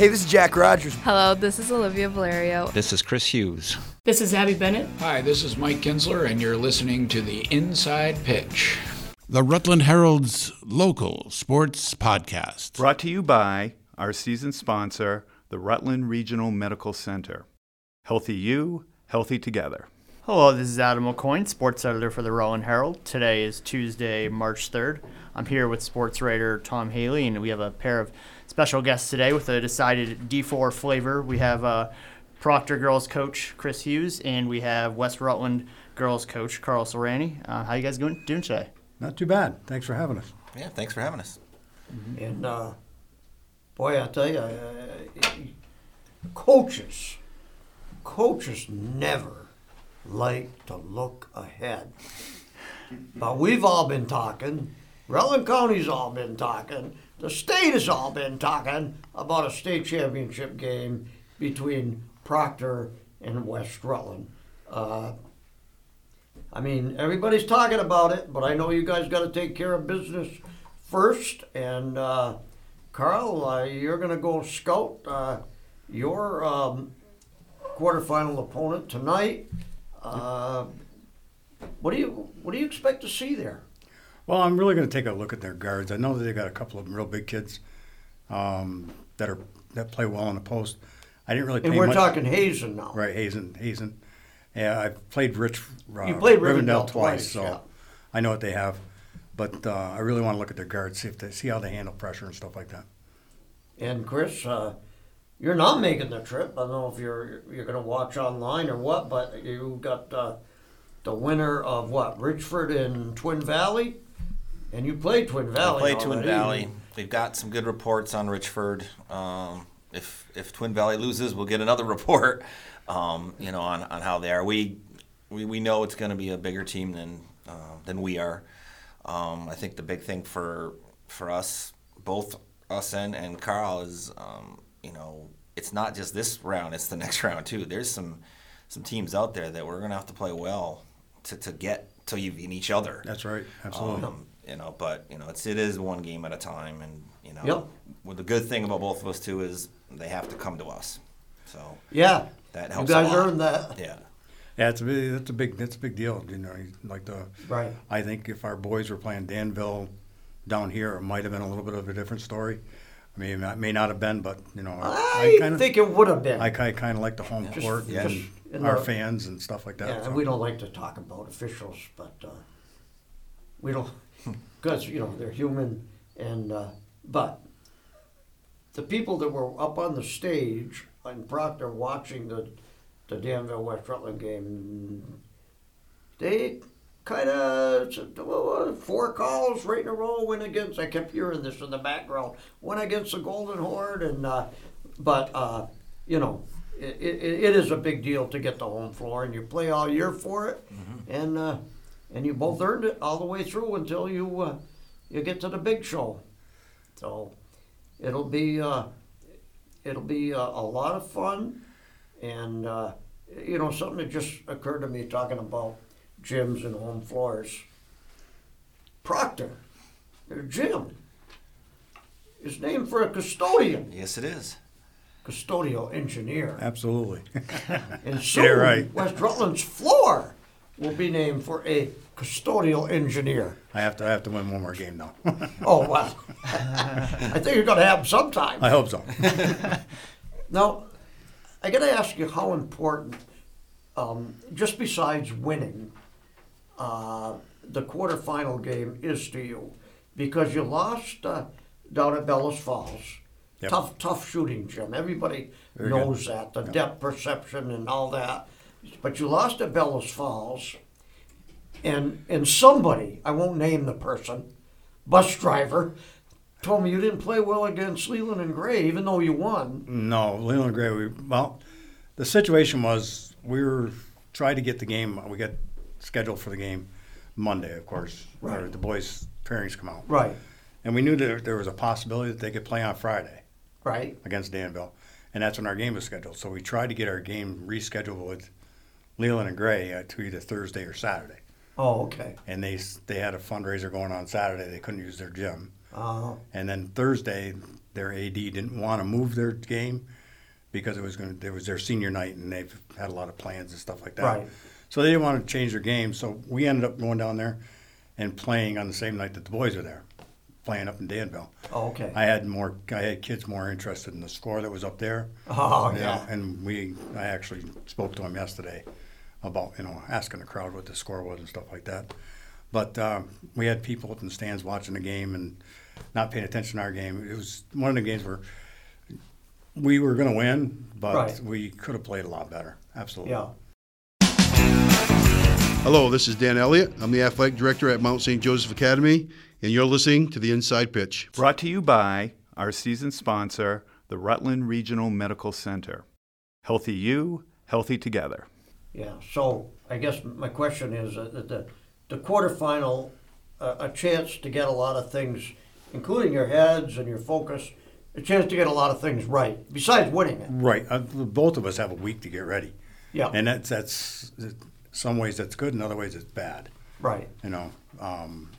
Hey, this is Jack Rogers. Hello, this is Olivia Valerio. This is Chris Hughes. This is Abby Bennett. Hi, this is Mike Kinsler, and you're listening to the Inside Pitch. The Rutland Herald's local sports podcast. Brought to you by our season sponsor, the Rutland Regional Medical Center. Healthy you, healthy together. Hello, this is Adam O'Coin, sports editor for the Rowan Herald. Today is Tuesday, March 3rd. I'm here with sports writer Tom Haley, and we have a pair of special guests today with a decided D4 flavor. We have uh, Proctor girls coach Chris Hughes, and we have West Rutland girls coach Carl Sorani. Uh, how you guys doing, doing today? Not too bad. Thanks for having us. Yeah, thanks for having us. And uh, boy, I tell you, uh, coaches, coaches never like to look ahead. But we've all been talking. Rutland County's all been talking. The state has all been talking about a state championship game between Proctor and West Rutland. Uh, I mean, everybody's talking about it, but I know you guys got to take care of business first. And uh, Carl, uh, you're going to go scout uh, your um, quarterfinal opponent tonight. Uh, what do you what do you expect to see there? Well, I'm really going to take a look at their guards. I know that they got a couple of them real big kids um, that are that play well in the post. I didn't really. And we're much. talking Hazen now, right? Hazen, Hazen. Yeah, I played Rich. Uh, you played Rivendell, Rivendell twice, twice so yeah. I know what they have. But uh, I really want to look at their guards, see if they see how they handle pressure and stuff like that. And Chris, uh, you're not making the trip. I don't know if you're you're going to watch online or what, but you got uh, the winner of what Richford and Twin Valley, and you played Twin Valley. I played Twin already. Valley. We've got some good reports on Richford. Um, if if Twin Valley loses, we'll get another report. Um, you know, on, on how they are. We we, we know it's going to be a bigger team than uh, than we are. Um, I think the big thing for for us, both us and and Carl, is um, you know it's not just this round; it's the next round too. There's some some teams out there that we're going to have to play well to, to get to even each other. Um, That's right, absolutely. you know, but you know, it's it is one game at a time, and you know, yep. well, the good thing about both of us too is they have to come to us. So yeah, that helps. You guys earned that. Yeah. Yeah, it's a big, that's a big that's a big deal. You know, like the right. I think if our boys were playing Danville down here, it might have been a little bit of a different story. I mean, it may not have been, but you know, I, I kinda, think it would have been. I, I kind of like the home just, court just and the, our fans and stuff like that. Yeah, so. we don't like to talk about officials, but uh, we don't because you know they're human and uh, but the people that were up on the stage and Proctor watching the the Danville West Rutland game, they kind of four calls right in a row went against. I kept hearing this in the background. Went against the Golden Horde, and uh, but uh, you know. It, it, it is a big deal to get the home floor, and you play all year for it, mm-hmm. and uh, and you both earned it all the way through until you uh, you get to the big show. So it'll be uh, it'll be a, a, lot of fun and uh, you know something that just occurred to me talking about gyms and home floors proctor their gym is named for a custodian yes it is custodial engineer absolutely and soon yeah, right. west rutland's floor will be named for a custodial engineer I have to. I have to win one more game now. oh wow! I think you're going to have sometime. I hope so. now, I got to ask you how important, um, just besides winning, uh, the quarterfinal game is to you, because you lost uh, down at Bellas Falls. Yep. Tough, tough shooting, Jim. Everybody Very knows good. that the yep. depth perception and all that. But you lost at Bellas Falls and and somebody I won't name the person, bus driver, told me you didn't play well against Leland and Gray, even though you won. No, Leland and Gray. We, well, the situation was we were trying to get the game. We got scheduled for the game Monday, of course. Right. The boys' pairings come out. Right. And we knew that there was a possibility that they could play on Friday. Right. Against Danville, and that's when our game was scheduled. So we tried to get our game rescheduled with Leland and Gray uh, to either Thursday or Saturday. Oh, okay. And they they had a fundraiser going on Saturday. They couldn't use their gym. Uh-huh. And then Thursday, their AD didn't want to move their game because it was going to, it was their senior night and they've had a lot of plans and stuff like that. Right. So they didn't want to change their game. So we ended up going down there and playing on the same night that the boys were there, playing up in Danville. Oh, okay. I had more, I had kids more interested in the score that was up there. Oh, you know, yeah. And we, I actually spoke to him yesterday about, you know, asking the crowd what the score was and stuff like that. But um, we had people up in the stands watching the game and not paying attention to our game. It was one of the games where we were going to win, but Right. we could have played a lot better. Absolutely. Yeah. Hello, this is Dan Elliott. I'm the athletic director at Mount St. Joseph Academy, and you're listening to the Inside Pitch. Brought to you by our season sponsor, the Rutland Regional Medical Center. Healthy you, healthy together. Yeah, so I guess my question is uh, that the, the quarterfinal, uh, a chance to get a lot of things, including your heads and your focus, a chance to get a lot of things right, besides winning it. Right. Uh, both of us have a week to get ready. Yeah. And that's, that's, some ways that's good, in other ways it's bad. Right. you know, um,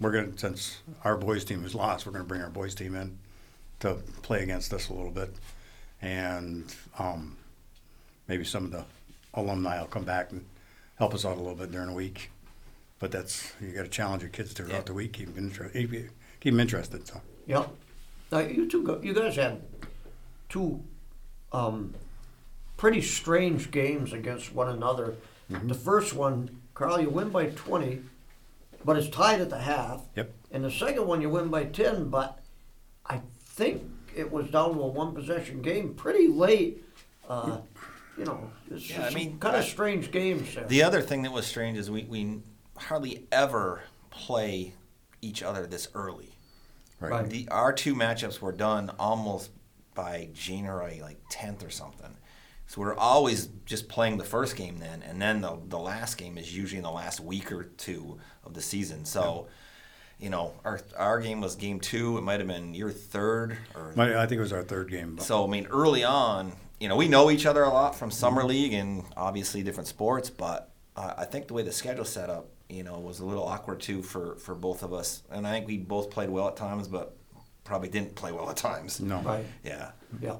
we're gonna since our boys team is lost, we're gonna bring our boys team in to play against us a little bit, and um, maybe some of the alumni will come back and help us out a little bit during the week. But that's you got to challenge your kids throughout the week, keep them inter- keep keep 'em interested. So Yep. Now you two, go, you guys had two um, pretty strange games against one another. The first one, Carl, you win by twenty, but it's tied at the half. Yep. And the second one, you win by ten, but I think it was down to a one possession game pretty late. Uh, you know, it's, Yeah, I mean, kind I- of strange games there. The other thing that was strange is we, we hardly ever play each other this early. Right. The, our two matchups were done almost by January like 10th or something. So we're always just playing the first game then, and then the, the last game is usually in the last week or two of the season. So, you know, our, our game was game two. It might have been your third or my, I think it was our third game. But, so I mean, early on, you know, we know each other a lot from summer league and obviously different sports, but uh, I think the way the schedule set up, you know, was a little awkward too for for both of us. And I think we both played well at times, but probably didn't play well at times. no, Right. Yeah. Yeah.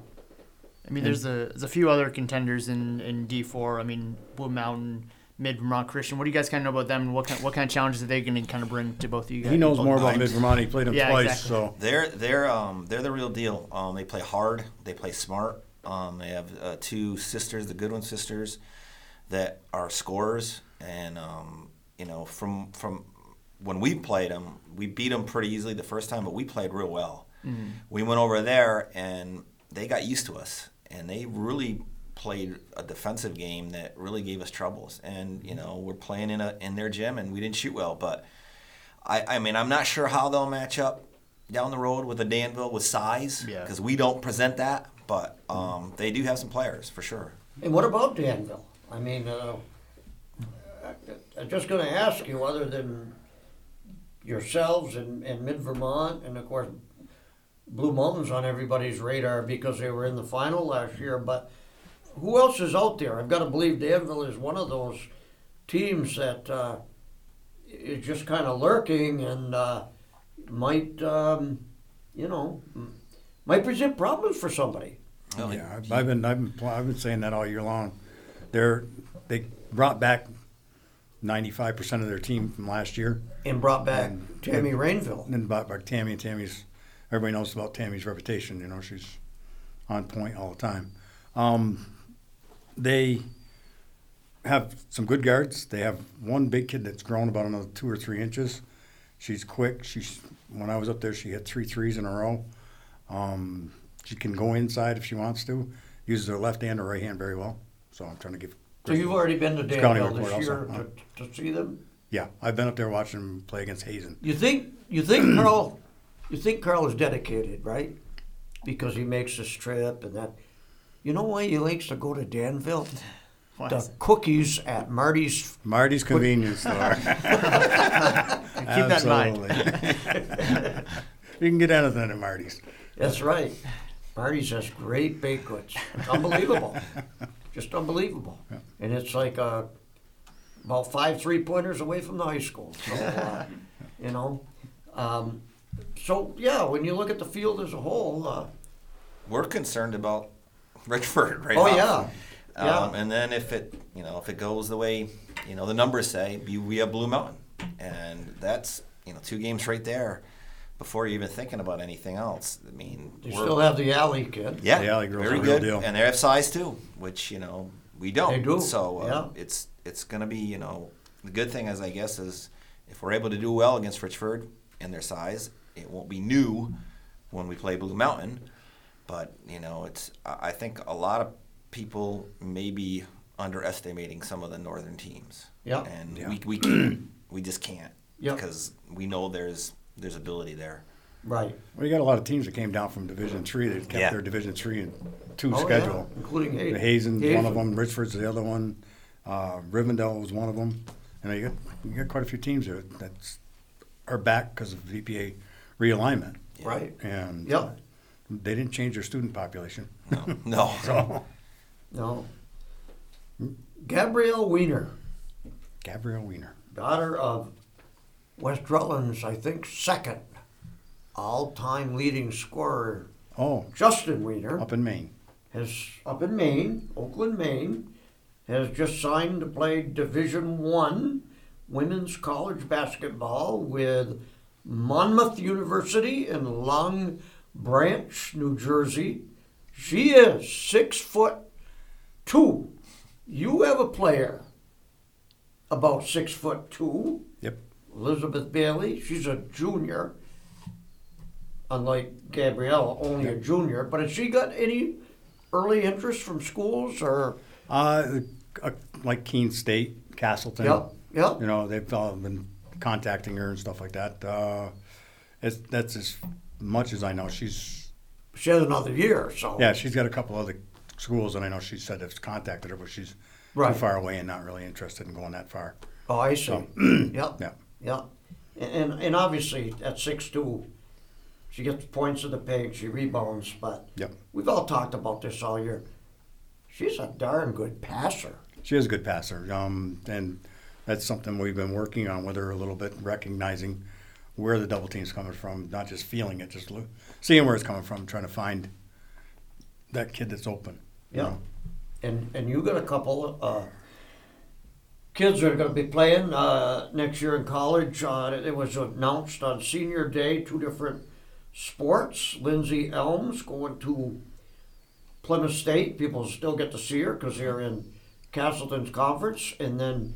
I mean, there's a there's a few other contenders in, in D four. I mean, Wood Mountain, Mid Vermont Christian. What do you guys kind of know about them? and What kind what kind of challenges are they going to kind of bring to both of you guys? he knows both more about times. Mid Vermont. He played him Yeah, twice, exactly. so They're they're um, they're the real deal. Um, they play hard. They play smart. Um, they have uh, two sisters, the Goodwin sisters, that are scorers. And um, you know, from from when we played them, we beat them pretty easily the first time, but we played real well. We went over there and they got used to us, and they really played a defensive game that really gave us troubles. And you know, we're playing in a in their gym, and we didn't shoot well, but. I, I mean, I'm not sure how they'll match up down the road with a Danville with size Yeah. because we don't present that, but um, they do have some players for sure. And what about Danville? I mean, uh, I, I'm just going to ask you, other than yourselves and, and Mid Vermont, and of course, Blue Mountain's on everybody's radar because they were in the final last year, but who else is out there? I've got to believe Danville is one of those teams that uh, is just kind of lurking and uh, might, um, you know, m- might present problems for somebody. Yeah, I've, I've been I've been pl- I've been saying that all year long. They're they brought back ninety five percent of their team from last year, And brought back And- Tammy Rainville. and then brought back Tammy and Tammy's. Everybody knows about Tammy's reputation. You know she's on point all the time. Um, they have some good guards. They have one big kid that's grown about another two or three inches. She's quick. She's when I was up there, she hit three threes in a row. Um, she can go inside if she wants to. Uses her left hand or right hand very well. So I'm trying to give. So you've already been to It's Danville county this report year also, Uh-huh. huh? to, to see them. Yeah, I've been up there watching them play against Hazen. You think you think Carl, you think Carl is dedicated, right? Because he makes this trip and that. You know why he likes to go to Danville? Why The is it- cookies at Marty's. Marty's convenience store. Keep that in mind. you can get anything at Marty's. That's right. Marty's has great banquets. It's unbelievable, just unbelievable. And it's like uh, about five three pointers away from the high school. So, uh, you know, um, so yeah, when you look at the field as a whole, uh, We're concerned about Richford right Oh, off. yeah. Um, Yeah. And then if it, you know, if it goes the way, you know, the numbers say, you- we have Blue Mountain, and that's you know two games right there before you're even thinking about anything else. I mean, you we're- still have the alley kid. yeah, The Alley Girls very are the real good, deal. and they have size too, which you know we don't. They do, So uh, yeah. it's it's going to be you know the good thing is I guess is if we're able to do well against Richford and their size, it won't be new when we play Blue Mountain. But you know it's I I think a lot of people may be underestimating some of the northern teams. Yeah. and Yeah. we we can't, we just can't Yeah. because we know there's there's ability there. Right. Well, you got a lot of teams that came down from Division Three that kept Yeah. their Division Three and two Oh, yeah, schedule, including Hay- The Hazen's one Hazen. of them, Richford's the other one, uh, Rivendell was one of them. And you got you got quite a few teams there that's are back because of VPA realignment, Right. and uh, Yep. they didn't change their student population. No, no. So No. Gabrielle Weiner, Gabrielle Weiner, daughter of West Rutland's, I think, second all-time leading scorer, oh, Justin Weiner. up in Maine, has up in Maine, Oakland, Maine, has just signed to play Division One women's college basketball with Monmouth University in Long Branch, New Jersey. She is six foot two. You have a player about six foot two. yep, Elizabeth Bailey, she's a junior, unlike Gabrielle, only a junior. But has she got any early interest from schools or? uh, uh, like Keene State, Castleton, Yep, yep. you know they've uh, been contacting her and stuff like that uh, it's, that's as much as i know she's She has another year, so. yeah she's got a couple other schools and i know she said have contacted her but she's Right. too far away and not really interested in going that far Oh, I see. yep. yeah Yep. And, and and obviously at six two, she gets points of the paint, she rebounds, but Yep. we've all talked about this all year. She's a darn good passer. she is a good passer um, and that's something we've been working on with her a little bit recognizing where the double team's coming from not just feeling it just lo- seeing where it's coming from trying to find that kid that's open you Yeah. know. And, and you got a couple uh, kids that are going to be playing uh, next year in college. Uh, it was announced on senior day, two different sports. Lindsay Elms going to Plymouth State. People still get to see her because they're in Castleton's conference. And then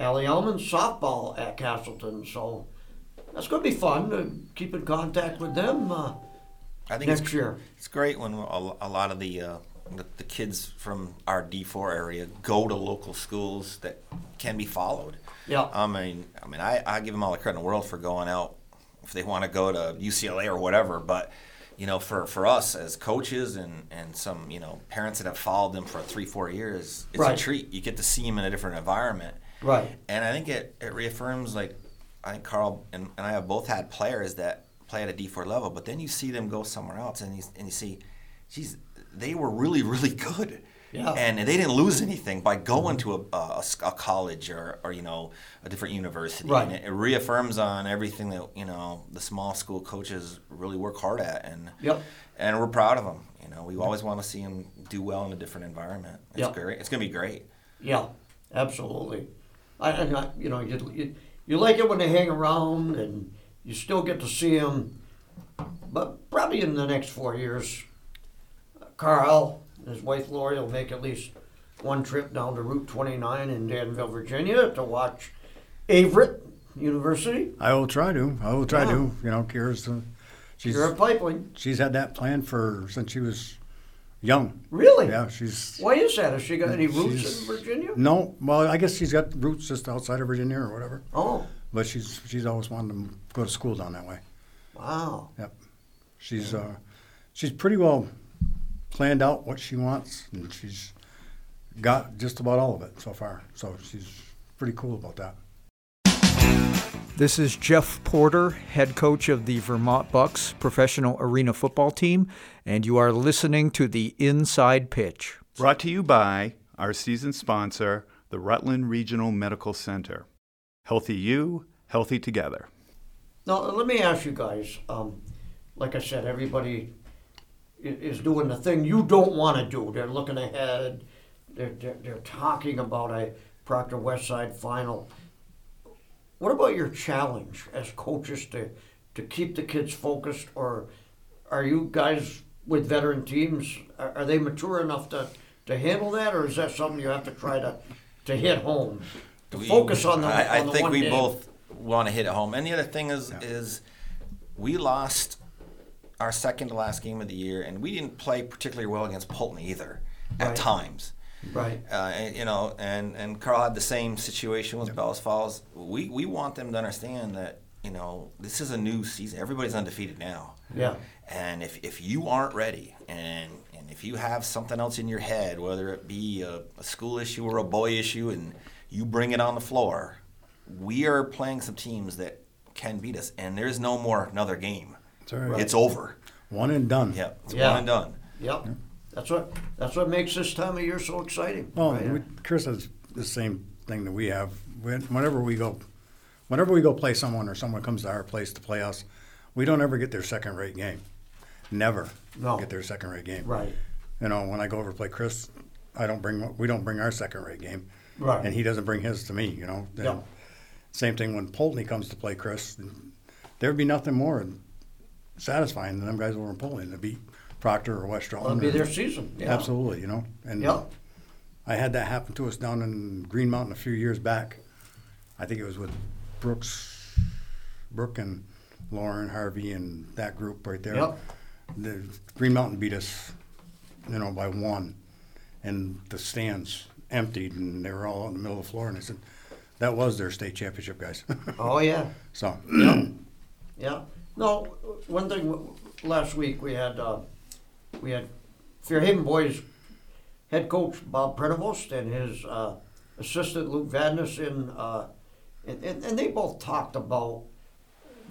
Allie Elman softball at Castleton. So that's going to be fun to keep in contact with them uh, I think next it's, year. It's great when a, a lot of the, uh, the the kids from our D4 area go to local schools that can be followed. Yeah. I mean, I mean, I, I give them all the credit in the world for going out if they want to go to UCLA or whatever. But you know, for, for us as coaches and, and some you know parents that have followed them for three four years, it's Right. a treat. You get to see them in a different environment. Right. And I think it, it reaffirms like I think Carl and, and I have both had players that play at a D four level, but then you see them go somewhere else and you and you see, geez, they were really really good. Yeah. Mm-hmm. And they didn't lose anything by going to a, a, a college or, or you know a different university. Right. And it, it reaffirms on everything that you know the small school coaches really work hard at, and Yep. and we're proud of them. You know, we always want to see them do well in a different environment. It's Yep. great. It's gonna be great. Yeah, absolutely. I, and I you know, you, you you like it when they hang around, and you still get to see them. But probably in the next four years, Carl and his wife Lori will make at least one trip down to Route 29 in Danville, Virginia, to watch Averett University. I will try to. I will try Yeah. to. You know, Kira's uh, she's You're a pipeline, she's had that plan for since she was young. really? Yeah, she's Why is that? Has she got any roots She's- in Virginia? no. Well, I guess she's got roots just outside of Virginia or whatever. Oh, But she's she's always wanted to go to school down that way. wow. Yep. She's uh, she's pretty well planned out what she wants, and she's got just about all of it so far. So she's pretty cool about that. This is Jeff Porter, head coach of the Vermont Bucks professional arena football team, and you are listening to the Inside Pitch. Brought to you by our season sponsor, the Rutland Regional Medical Center. Healthy you, healthy together. Now, let me ask you guys. Um, like I said, everybody i- is doing the thing you don't want to do. They're looking ahead. They're, they're, they're talking about a Proctor West Side final. What about your challenge as coaches to, to keep the kids focused? Or are you guys with veteran teams, are, are they mature enough to, to handle that? Or is that something you have to try to, to hit home? To We- focus on the, I, I on the think one we game? both want to hit it home. And the other thing is, is we lost our second to last game of the year, and we didn't play particularly well against Pulteney either at Right. times. Right. Uh, and, you know, and and Carl had the same situation with Bells Falls. We we want them to understand that you know this is a new season. Everybody's undefeated now. Yeah. And if, if you aren't ready, and and if you have something else in your head, whether it be a, a school issue or a boy issue, and you bring it on the floor, we are playing some teams that can beat us, and there's no more another game. That's all right. It's over. One and done. Yep. It's Yeah. one and done. Yep. That's what that's what makes this time of year so exciting. Well, right? Oh, we, Chris has the same thing that we have. When- Whenever we go, whenever we go play someone or someone comes to our place to play us, we don't ever get their second rate game. Never No. get their second rate game. Right. You know, when I go over to play Chris, I don't bring we don't bring our second rate game. Right. And he doesn't bring his to me. You know. And Yeah. Same thing when Pulteney comes to play Chris. There'd be nothing more satisfying than them guys over in Pulteney to beat Proctor or West Rutland. It'll be or- their season. Yeah. Absolutely, you know. And Yep. I had that happen to us down in Green Mountain a few years back. I think it was with Brooks, Brooke and Lauren Harvey and that group right there. Yep. The Green Mountain beat us, you know, by one, and the stands emptied and they were all on the middle of the floor. And I said, that was their state championship, guys. Oh yeah. so Yeah. No. One thing. w- Last week we had uh, we had Fairhaven boys head coach Bob Prenevost and his uh, assistant Luke Vadness in, uh, and, and and they both talked about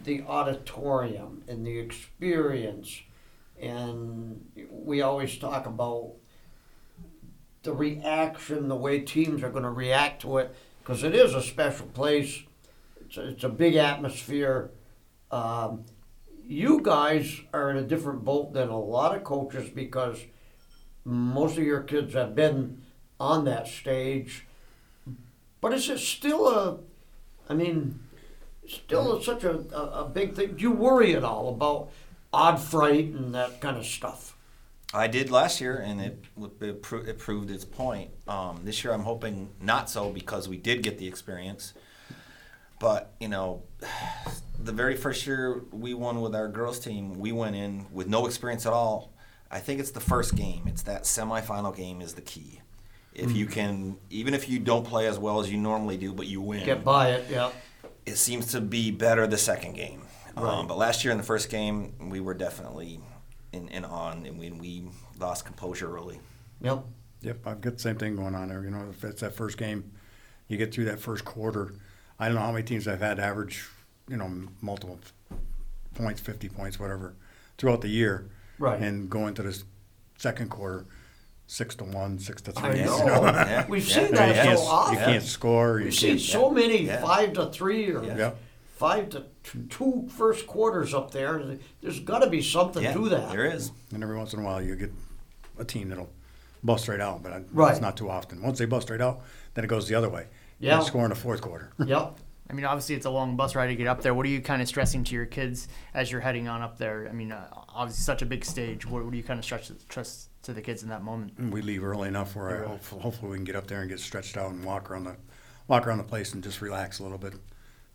the auditorium and the experience, and we always talk about the reaction, the way teams are going to react to it, because it is a special place. It's a, it's a big atmosphere. Um, you guys are in a different boat than a lot of coaches because most of your kids have been on that stage. But is it still a, I mean, still such a, a, a big thing? Do you worry at all about odd fright and that kind of stuff? I did last year, and it w- it, pro- it proved its point. Um, this year, I'm hoping not so because we did get the experience. But you know, the very first year we won with our girls team, we went in with no experience at all. I think it's the first game. It's that semifinal game is the key. If you can, even if you don't play as well as you normally do, but you win, Get by it, yeah. it seems to be better the second game. Right. Um, but last year in the first game, we were definitely in, in on, and we, we lost composure early. Yep. Yep, I've got the same thing going on there. You know, if it's that first game, you get through that first quarter. I don't know how many teams I've had average, you know, m- multiple f- points, 50 points, whatever, throughout the year. Right. And go into this second quarter, six to one, six to three. I you know. Yeah. We've Yeah. seen I mean, you that can't- so often. You can't score. You We've seen so many Yeah. five to three or Yeah. five to t- two first quarters up there. There's got to be something Yeah, to that. There is. And every once in a while, you get a team that'll bust right out, but I, Right. it's not too often. Once they bust right out, then it goes the other way. Yeah. They score in the fourth quarter. Yep. I mean, obviously, it's a long bus ride to get up there. What are you kind of stressing to your kids as you're heading on up there? I mean, uh, obviously, such a big stage. What, what do you kind of stress, stress to the kids in that moment? Mm. we leave early enough where I hopefully, hopefully we can get up there and get stretched out and walk around the walk around the place and just relax a little bit.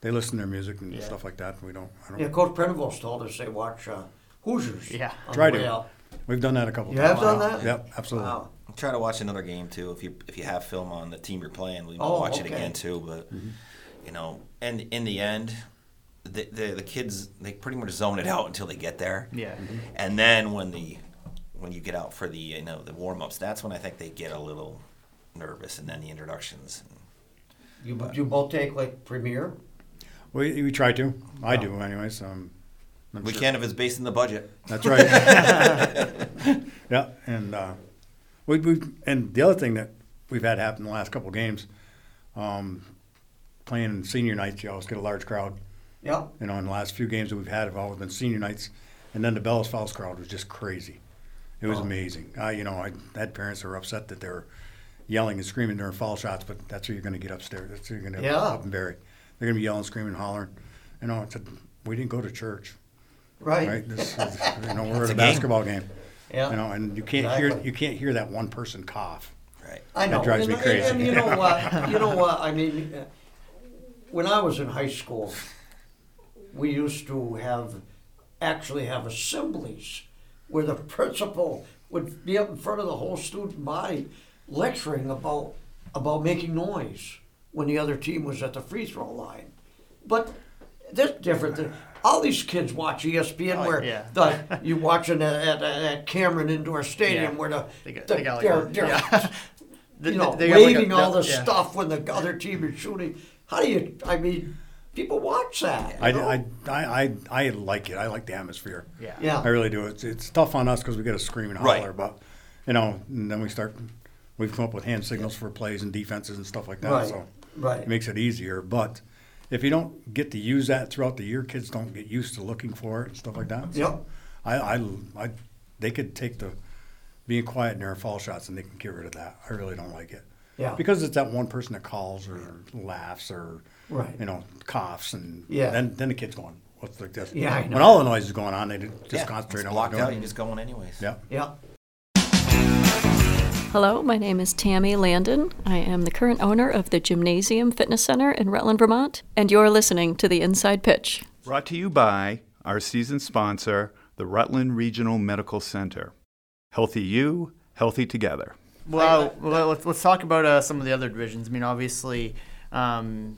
They listen to their music and Yeah. stuff like that. We don't. I don't. Yeah, Coach Prenevost told us they watch uh, Hoosiers. Yeah. on Try the way to. out. We've done that a couple. You have times. done that? Yep, absolutely. Wow. Try to watch another game too. If you if you have film on the team you're playing, we might Oh, watch it okay. Mm-hmm. again too. But you know, and in the end, the, the the kids they pretty much zone it out until they get there. Yeah. mm-hmm. Mhm. And then when the when you get out for the you know the warm ups, that's when I think they get a little nervous, and then the introductions. You, you both take like Premier? We, we try to. I do, anyways. Um, I'm we sure- can if it's based in the budget. That's right. yeah, and uh, we we and the other thing that we've had happen the last couple of games, um, playing senior nights, you always get a large crowd, Yep. You know, in the last few games that we've had have all been senior nights, and then the Bellas Falls crowd was just crazy. It was Oh. amazing. I, you know, I had parents that were upset that they were yelling and screaming during fall shots, but that's what you're going to get upstairs. That's what you're going to Yeah. up and bury. They're going to be yelling, screaming, hollering. You know, it's a, we didn't go to church. Right. This is, you know, It's we're at a a game. basketball game. Yeah. You know, and you can't hear Exactly. you can't hear that one person cough. Right. I know. That drives and, me and- crazy. And, you know what? You know what? I mean, uh, when I was in high school, we used to have actually have assemblies where the principal would be up in front of the whole student body lecturing about about making noise when the other team was at the free throw line. But that's different than all these kids watch E ESPN where Oh, yeah. the, you watching at, at, at Cameron Indoor Stadium Yeah. where the, They got- the- they got like they're, a- they're yeah. They- you know, they have like a- waving all that- the yeah. stuff when the other team is shooting. How do you? I mean, people watch that. you I, know? I, I, I, I like it. I like the atmosphere. Yeah. Yeah. I really do. It's, it's tough on us because we got to scream and Right. holler, but you know, and then we start. We've come up with hand signals for plays and defenses and stuff like that. Right. So Right. it makes it easier. But if you don't get to use that throughout the year, kids don't get used to looking for it and stuff like that. So Yep. I, I, I, they could take the being quiet in their fall shots and they can get rid of that. I really don't like it. Yeah. Because it's that one person that calls or laughs or Right. you know coughs and Yeah. Then then the kid's going what's like this? Yeah, I know. When all the noise is going on, they just Yeah, concentrate it's on blocked what they're out. doing. You're just going anyways. Yeah. yeah. Hello, my name is Tammy Landon. I am the current owner of the Gymnasium Fitness Center in Rutland, Vermont, and you're listening to the Inside Pitch. Brought to you by our season sponsor, the Rutland Regional Medical Center. Healthy you, healthy together. Well, let- let's, let's talk about uh, some of the other divisions. I mean, obviously, um,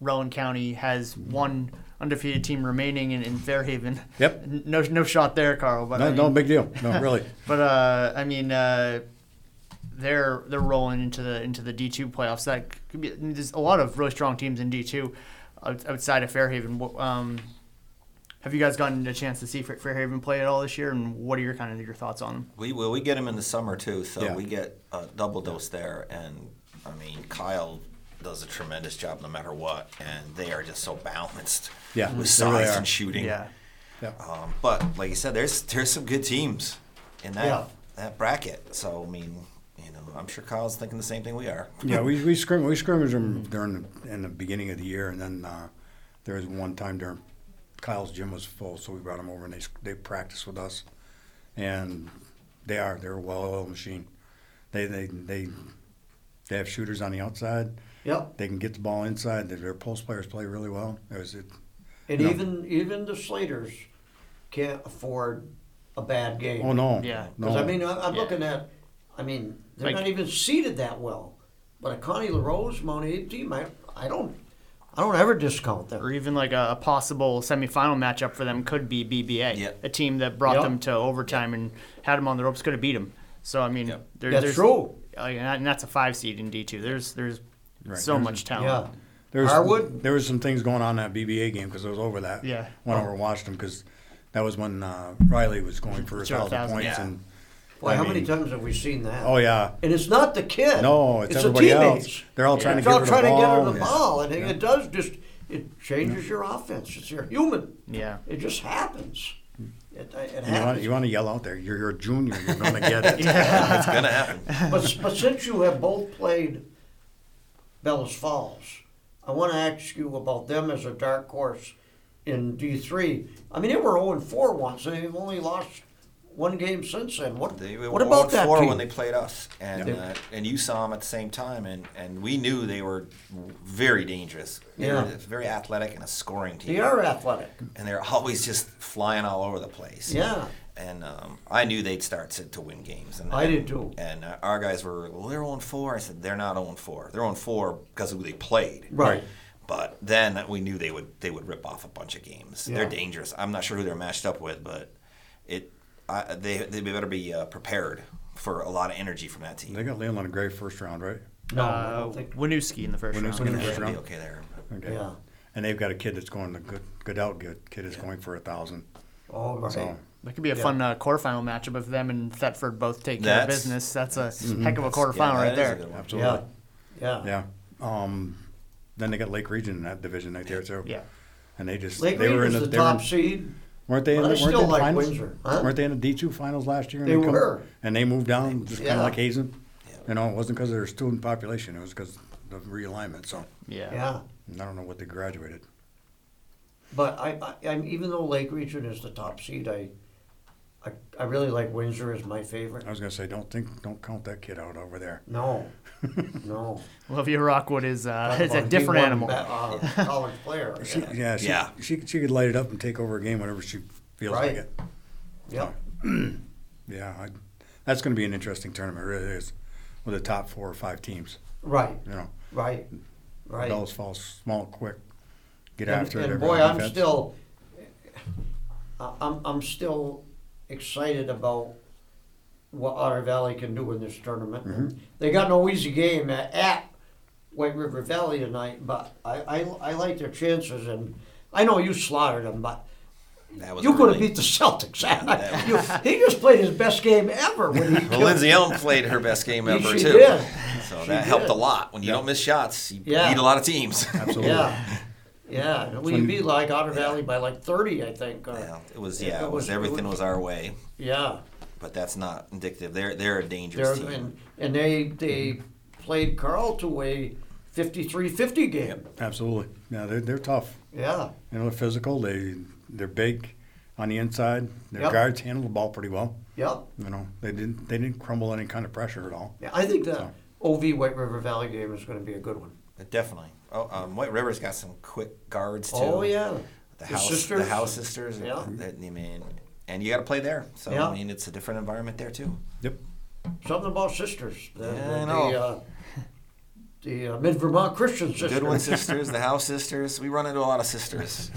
Rowan County has one undefeated team remaining in, in Fairhaven. Yep. N- No, no shot there, Carl. But I Uh, No, mean- no big deal. No, really. But uh, I mean, uh, they're they're rolling into the into the D two playoffs. That could be, I mean, there's a lot of really strong teams in D two outside of Fairhaven. Wh- Um, have you guys gotten a chance to see Fair- Fairhaven play at all this year? And what are your kind of your thoughts on them? We will. We get them in the summer too, so Yeah. we get a double dose there. And I mean, Kyle does a tremendous job no matter what, and they are just so balanced. Yeah, with they really size are. and shooting. Yeah. Um, but like you said, there's there's some good teams in that Yeah. that bracket. So I mean, you know, I'm sure Kyle's thinking the same thing we are. Yeah, we we scrim we scrimmaged them during the, in the beginning of the year, and then uh, there was one time during Kyle's gym was full, so we brought them over and they they practiced with us, and they are they're a well-oiled machine. They they they they have shooters on the outside. Yep. They can get the ball inside. Their- Their post players play really well. It was it, And No. even even the Slaters can't afford a bad game. oh no Yeah. no Because I mean, I, I'm Yeah. looking at. I mean, they're Like- not even seated that well. But a Connie LaRose, Mount 8 team, I, I don't, I don't ever discount Or them. even like a, a possible semifinal matchup for them could be BBA, Yeah. a team that brought Yeah. them to overtime and had them on the ropes, could have beat them. So I mean, there- That's there's true. Like, and that- and that's a five seed in D two. There's there's so There's- much talent. Yeah. There was, Harwood? there was some things going on in that BBA game because I was over that. Yeah. Went over and watched them because that was when uh, Riley was going for a Sure, thousand thousand, points. yeah. And, Boy, I how many mean- times have we seen that? oh, yeah. And it's not the kid. No, it's, it's everybody the teammates. else. They're all trying to It's get all rid trying to of the get ball. rid of the Yeah. ball, and it- it does just it changes your offense. It's you're human. Yeah. it just happens. It, it And You want, happens. you want to yell out there, you're, you're a junior, you're going to get it. It's gonna happen. but, but since you have both played Bellas Falls, I want to ask you about them as a dark horse in D three. I mean, they were zero and four once, and they've only lost one game since then. What They were oh what about that four team? when they played us, and Yeah. uh, and you saw them at the same time, and, and we knew they were very dangerous. They were Yeah. very athletic and a scoring team. They are athletic. and they're always just flying all over the place. Yeah. And um, I knew they'd start to, to win games. And I did too. And uh, our guys were, well, they're on four. I said, they're not on four. They're on four because of who they played. Right. But then we knew they would they would rip off a bunch of games. Yeah. They're dangerous. I'm not sure who they're matched up with, but it I, they they better be uh, prepared for a lot of energy from that team. They got Leon on a grave first round, right? No, I Uh, don't think. Winooski in the first Winooski round. in the They first should round. be okay there. Okay. Yeah. And they've got a kid that's going to good, good out, good kid is going for a thousand. All right. So That could be a fun uh, quarterfinal matchup if them and Thetford both take care of That's- Mhm. business. That's a heck of a Yeah, that quarterfinal right is a there. good one. absolutely. Yeah. Yeah. Yeah. Um, then they got Lake Region in that division right there too. Yeah. and they just Lake they Reed were in was the, the they were in- top seed, Weren't they? In, but I weren't still they in like finals? Windsor, huh? Weren't they in the D two finals last year? and They come- were. and they moved down just kind Yeah. of like Hazen. You know, it wasn't because of their student population; it was because of realignment. So Yeah. Yeah. And I don't know what they graduated. But I, I, I'm even though Lake Region is the top seed, I, I, I really like Windsor as my favorite. I was gonna say, don't think, don't count that kid out over there. No, no. Olivia Rockwood is uh, Talk it's a about different D1 animal. ba- uh, college player. She, yeah, she, she she could light it up and take over a game whenever she feels Right. like it. Yep. Yeah, I, that's going to be an interesting tournament. It really is with the top four or five teams. Right. You know. Right. Right. Bells fall small, quick. Get and, after it. and every boy, I'm defense. still, I- I'm, I'm still excited about what Otter Valley can do in this tournament. Mhm. They got no easy game at, at White River Valley tonight, but I, I, I like their chances, and I know you slaughtered them, but. That was you could have early. beat the Celtics. that You- he just played his best game ever when he Well, Lindsay Elm played her best game She ever, did. too. So She that helped did. a lot. When you don't miss shots, you Yeah. beat a lot of teams. Absolutely. Yeah, yeah. and We When- beat like Otter Valley by like thirty, I think. or- Yeah, it was, yeah, it was, everything was our way. Yeah. But that's not indicative. They're, they're a They're, dangerous team. and, and they they Mm-hmm. played Carl to a 53-50 game. Absolutely. Yeah, they're, they're tough. Yeah. You know, they're physical. They they're big on the inside. Their Yep. guards handle the ball pretty well. Yep. You know, they didn't they didn't crumble any kind of pressure at all. Yeah, I think the OV White River Valley game is going to be a good one. Definitely. Oh, um, White River's got some quick guards too. Oh, yeah. The the house sisters. the house sisters. Mm-hmm. Yeah. that- I mean, and you got to play there. So Yeah. I mean, it's a different environment there too. Yep. Something about sisters. The, Yeah, the, I know. The, uh, the uh, Mid Vermont Christian The sisters. Goodwin sisters, the House sisters. We run into a lot of sisters.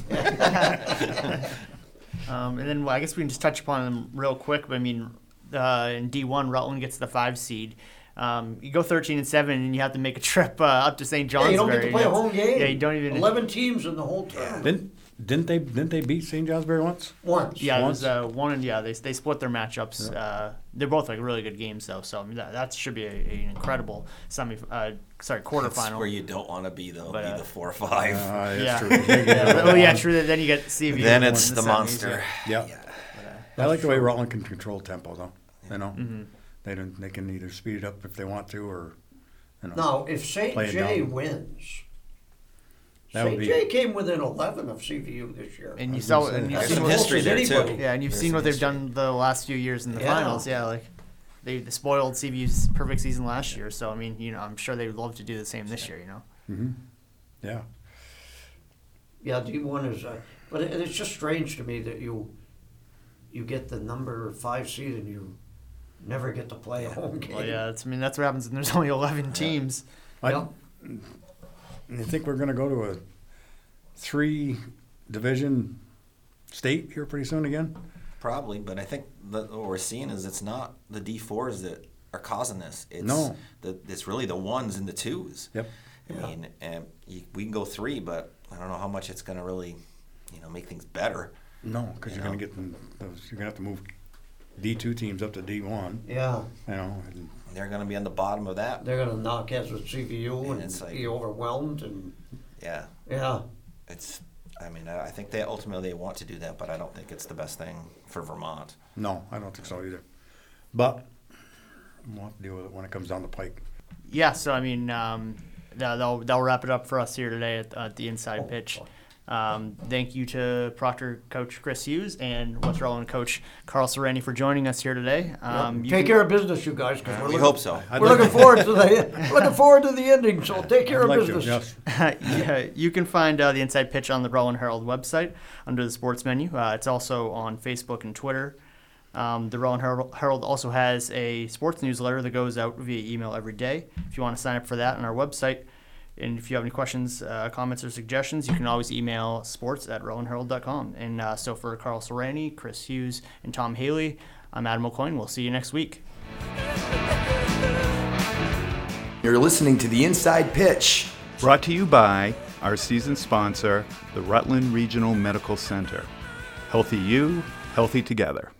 Um, and then well, I guess we can just touch upon them real quick. But I mean, uh, in D1, Rutland gets the five seed. Um, you go 13 and seven, and you have to make a trip uh, up to St. John's. yeah, you don't get to play a home game. Yeah, you don't even. Eleven teams in the whole tournament. Didn't didn't they didn't they beat St. Johnsbury once? Once. Yeah, Once. it was uh, one and yeah. They, they split their matchups. Uh, they're both like really good games though. So I mean, that, that should be a, an incredible semi. Uh, sorry, quarterfinal. That's where you don't want to be though. But, be uh, the four or five. Uh, yeah. yeah. Oh yeah, true. Then you get CV. Then in it's in the semis, monster. Yeah. I like the way Rutland can control tempo though. You know, Mhm. they don't they can either speed it up if they want to or you know. Now, if St. play it J down. wins, That would St. be- J came within 11 of CVU this year. And you saw and you've There's seen some what- history there too. Yeah, and you've There's seen some what they've history. done the last few years in the Yeah. finals. Yeah, like they, they spoiled CBU's perfect season last year. So I mean, you know, I'm sure they would love to do the same this year. You know. hmm Yeah. Yeah, D1 is, uh, but it, it's just strange to me that you you get the number five seed and you never get to play a home game. Well, yeah, that's, I mean that's what happens when there's only 11 teams. I, Yeah. You think we're going to go to a three division state here pretty soon again? Probably, but I think that what we're seeing is it's not the D fours that are causing this. It's No. the, it's really the ones and the twos. Yep. I mean, and you, we can go three, but I don't know how much it's going to really, you know, make things better. No, because you're Yeah. going to get them, those, you're going to have to move D two teams up to D one. Yeah, You know, and They're going to be on the bottom of that. they're going to knock heads with CVU And and, it's like- be overwhelmed. and Yeah, Yeah, it's. I mean, I I think they ultimately want to do that, but I don't think it's the best thing for Vermont. no, I don't think so either. But we'll have to deal with it when it comes down the pike. Yeah, so I mean, um, that, that'll that'll wrap it up for us here today at, at the inside pitch. Um, thank you to Proctor coach Chris Hughes and West Rutland coach Carl Serrani for joining us here today. Um, you take can- care of business, you guys, because we're, Uh, We looking, hope so. I'd we're like looking forward to the looking forward to the ending. So take care of I'd like to, business. yes. yeah, you can find uh, the Inside Pitch on the Rowan Herald website under the sports menu. Uh, it's also on Facebook and Twitter. Um, the Rowan Herald, Herald also has a sports newsletter that goes out via email every day. If you want to sign up for that on our website, and if you have any questions, uh, comments, or suggestions, you can always email sports at rowanherald.com. And uh, so for Carl Serrani, Chris Hughes, and Tom Haley, I'm Adam O'Coin. We'll see you next week. You're listening to The Inside Pitch. Brought to you by our season sponsor, the Rutland Regional Medical Center. Healthy you, healthy together.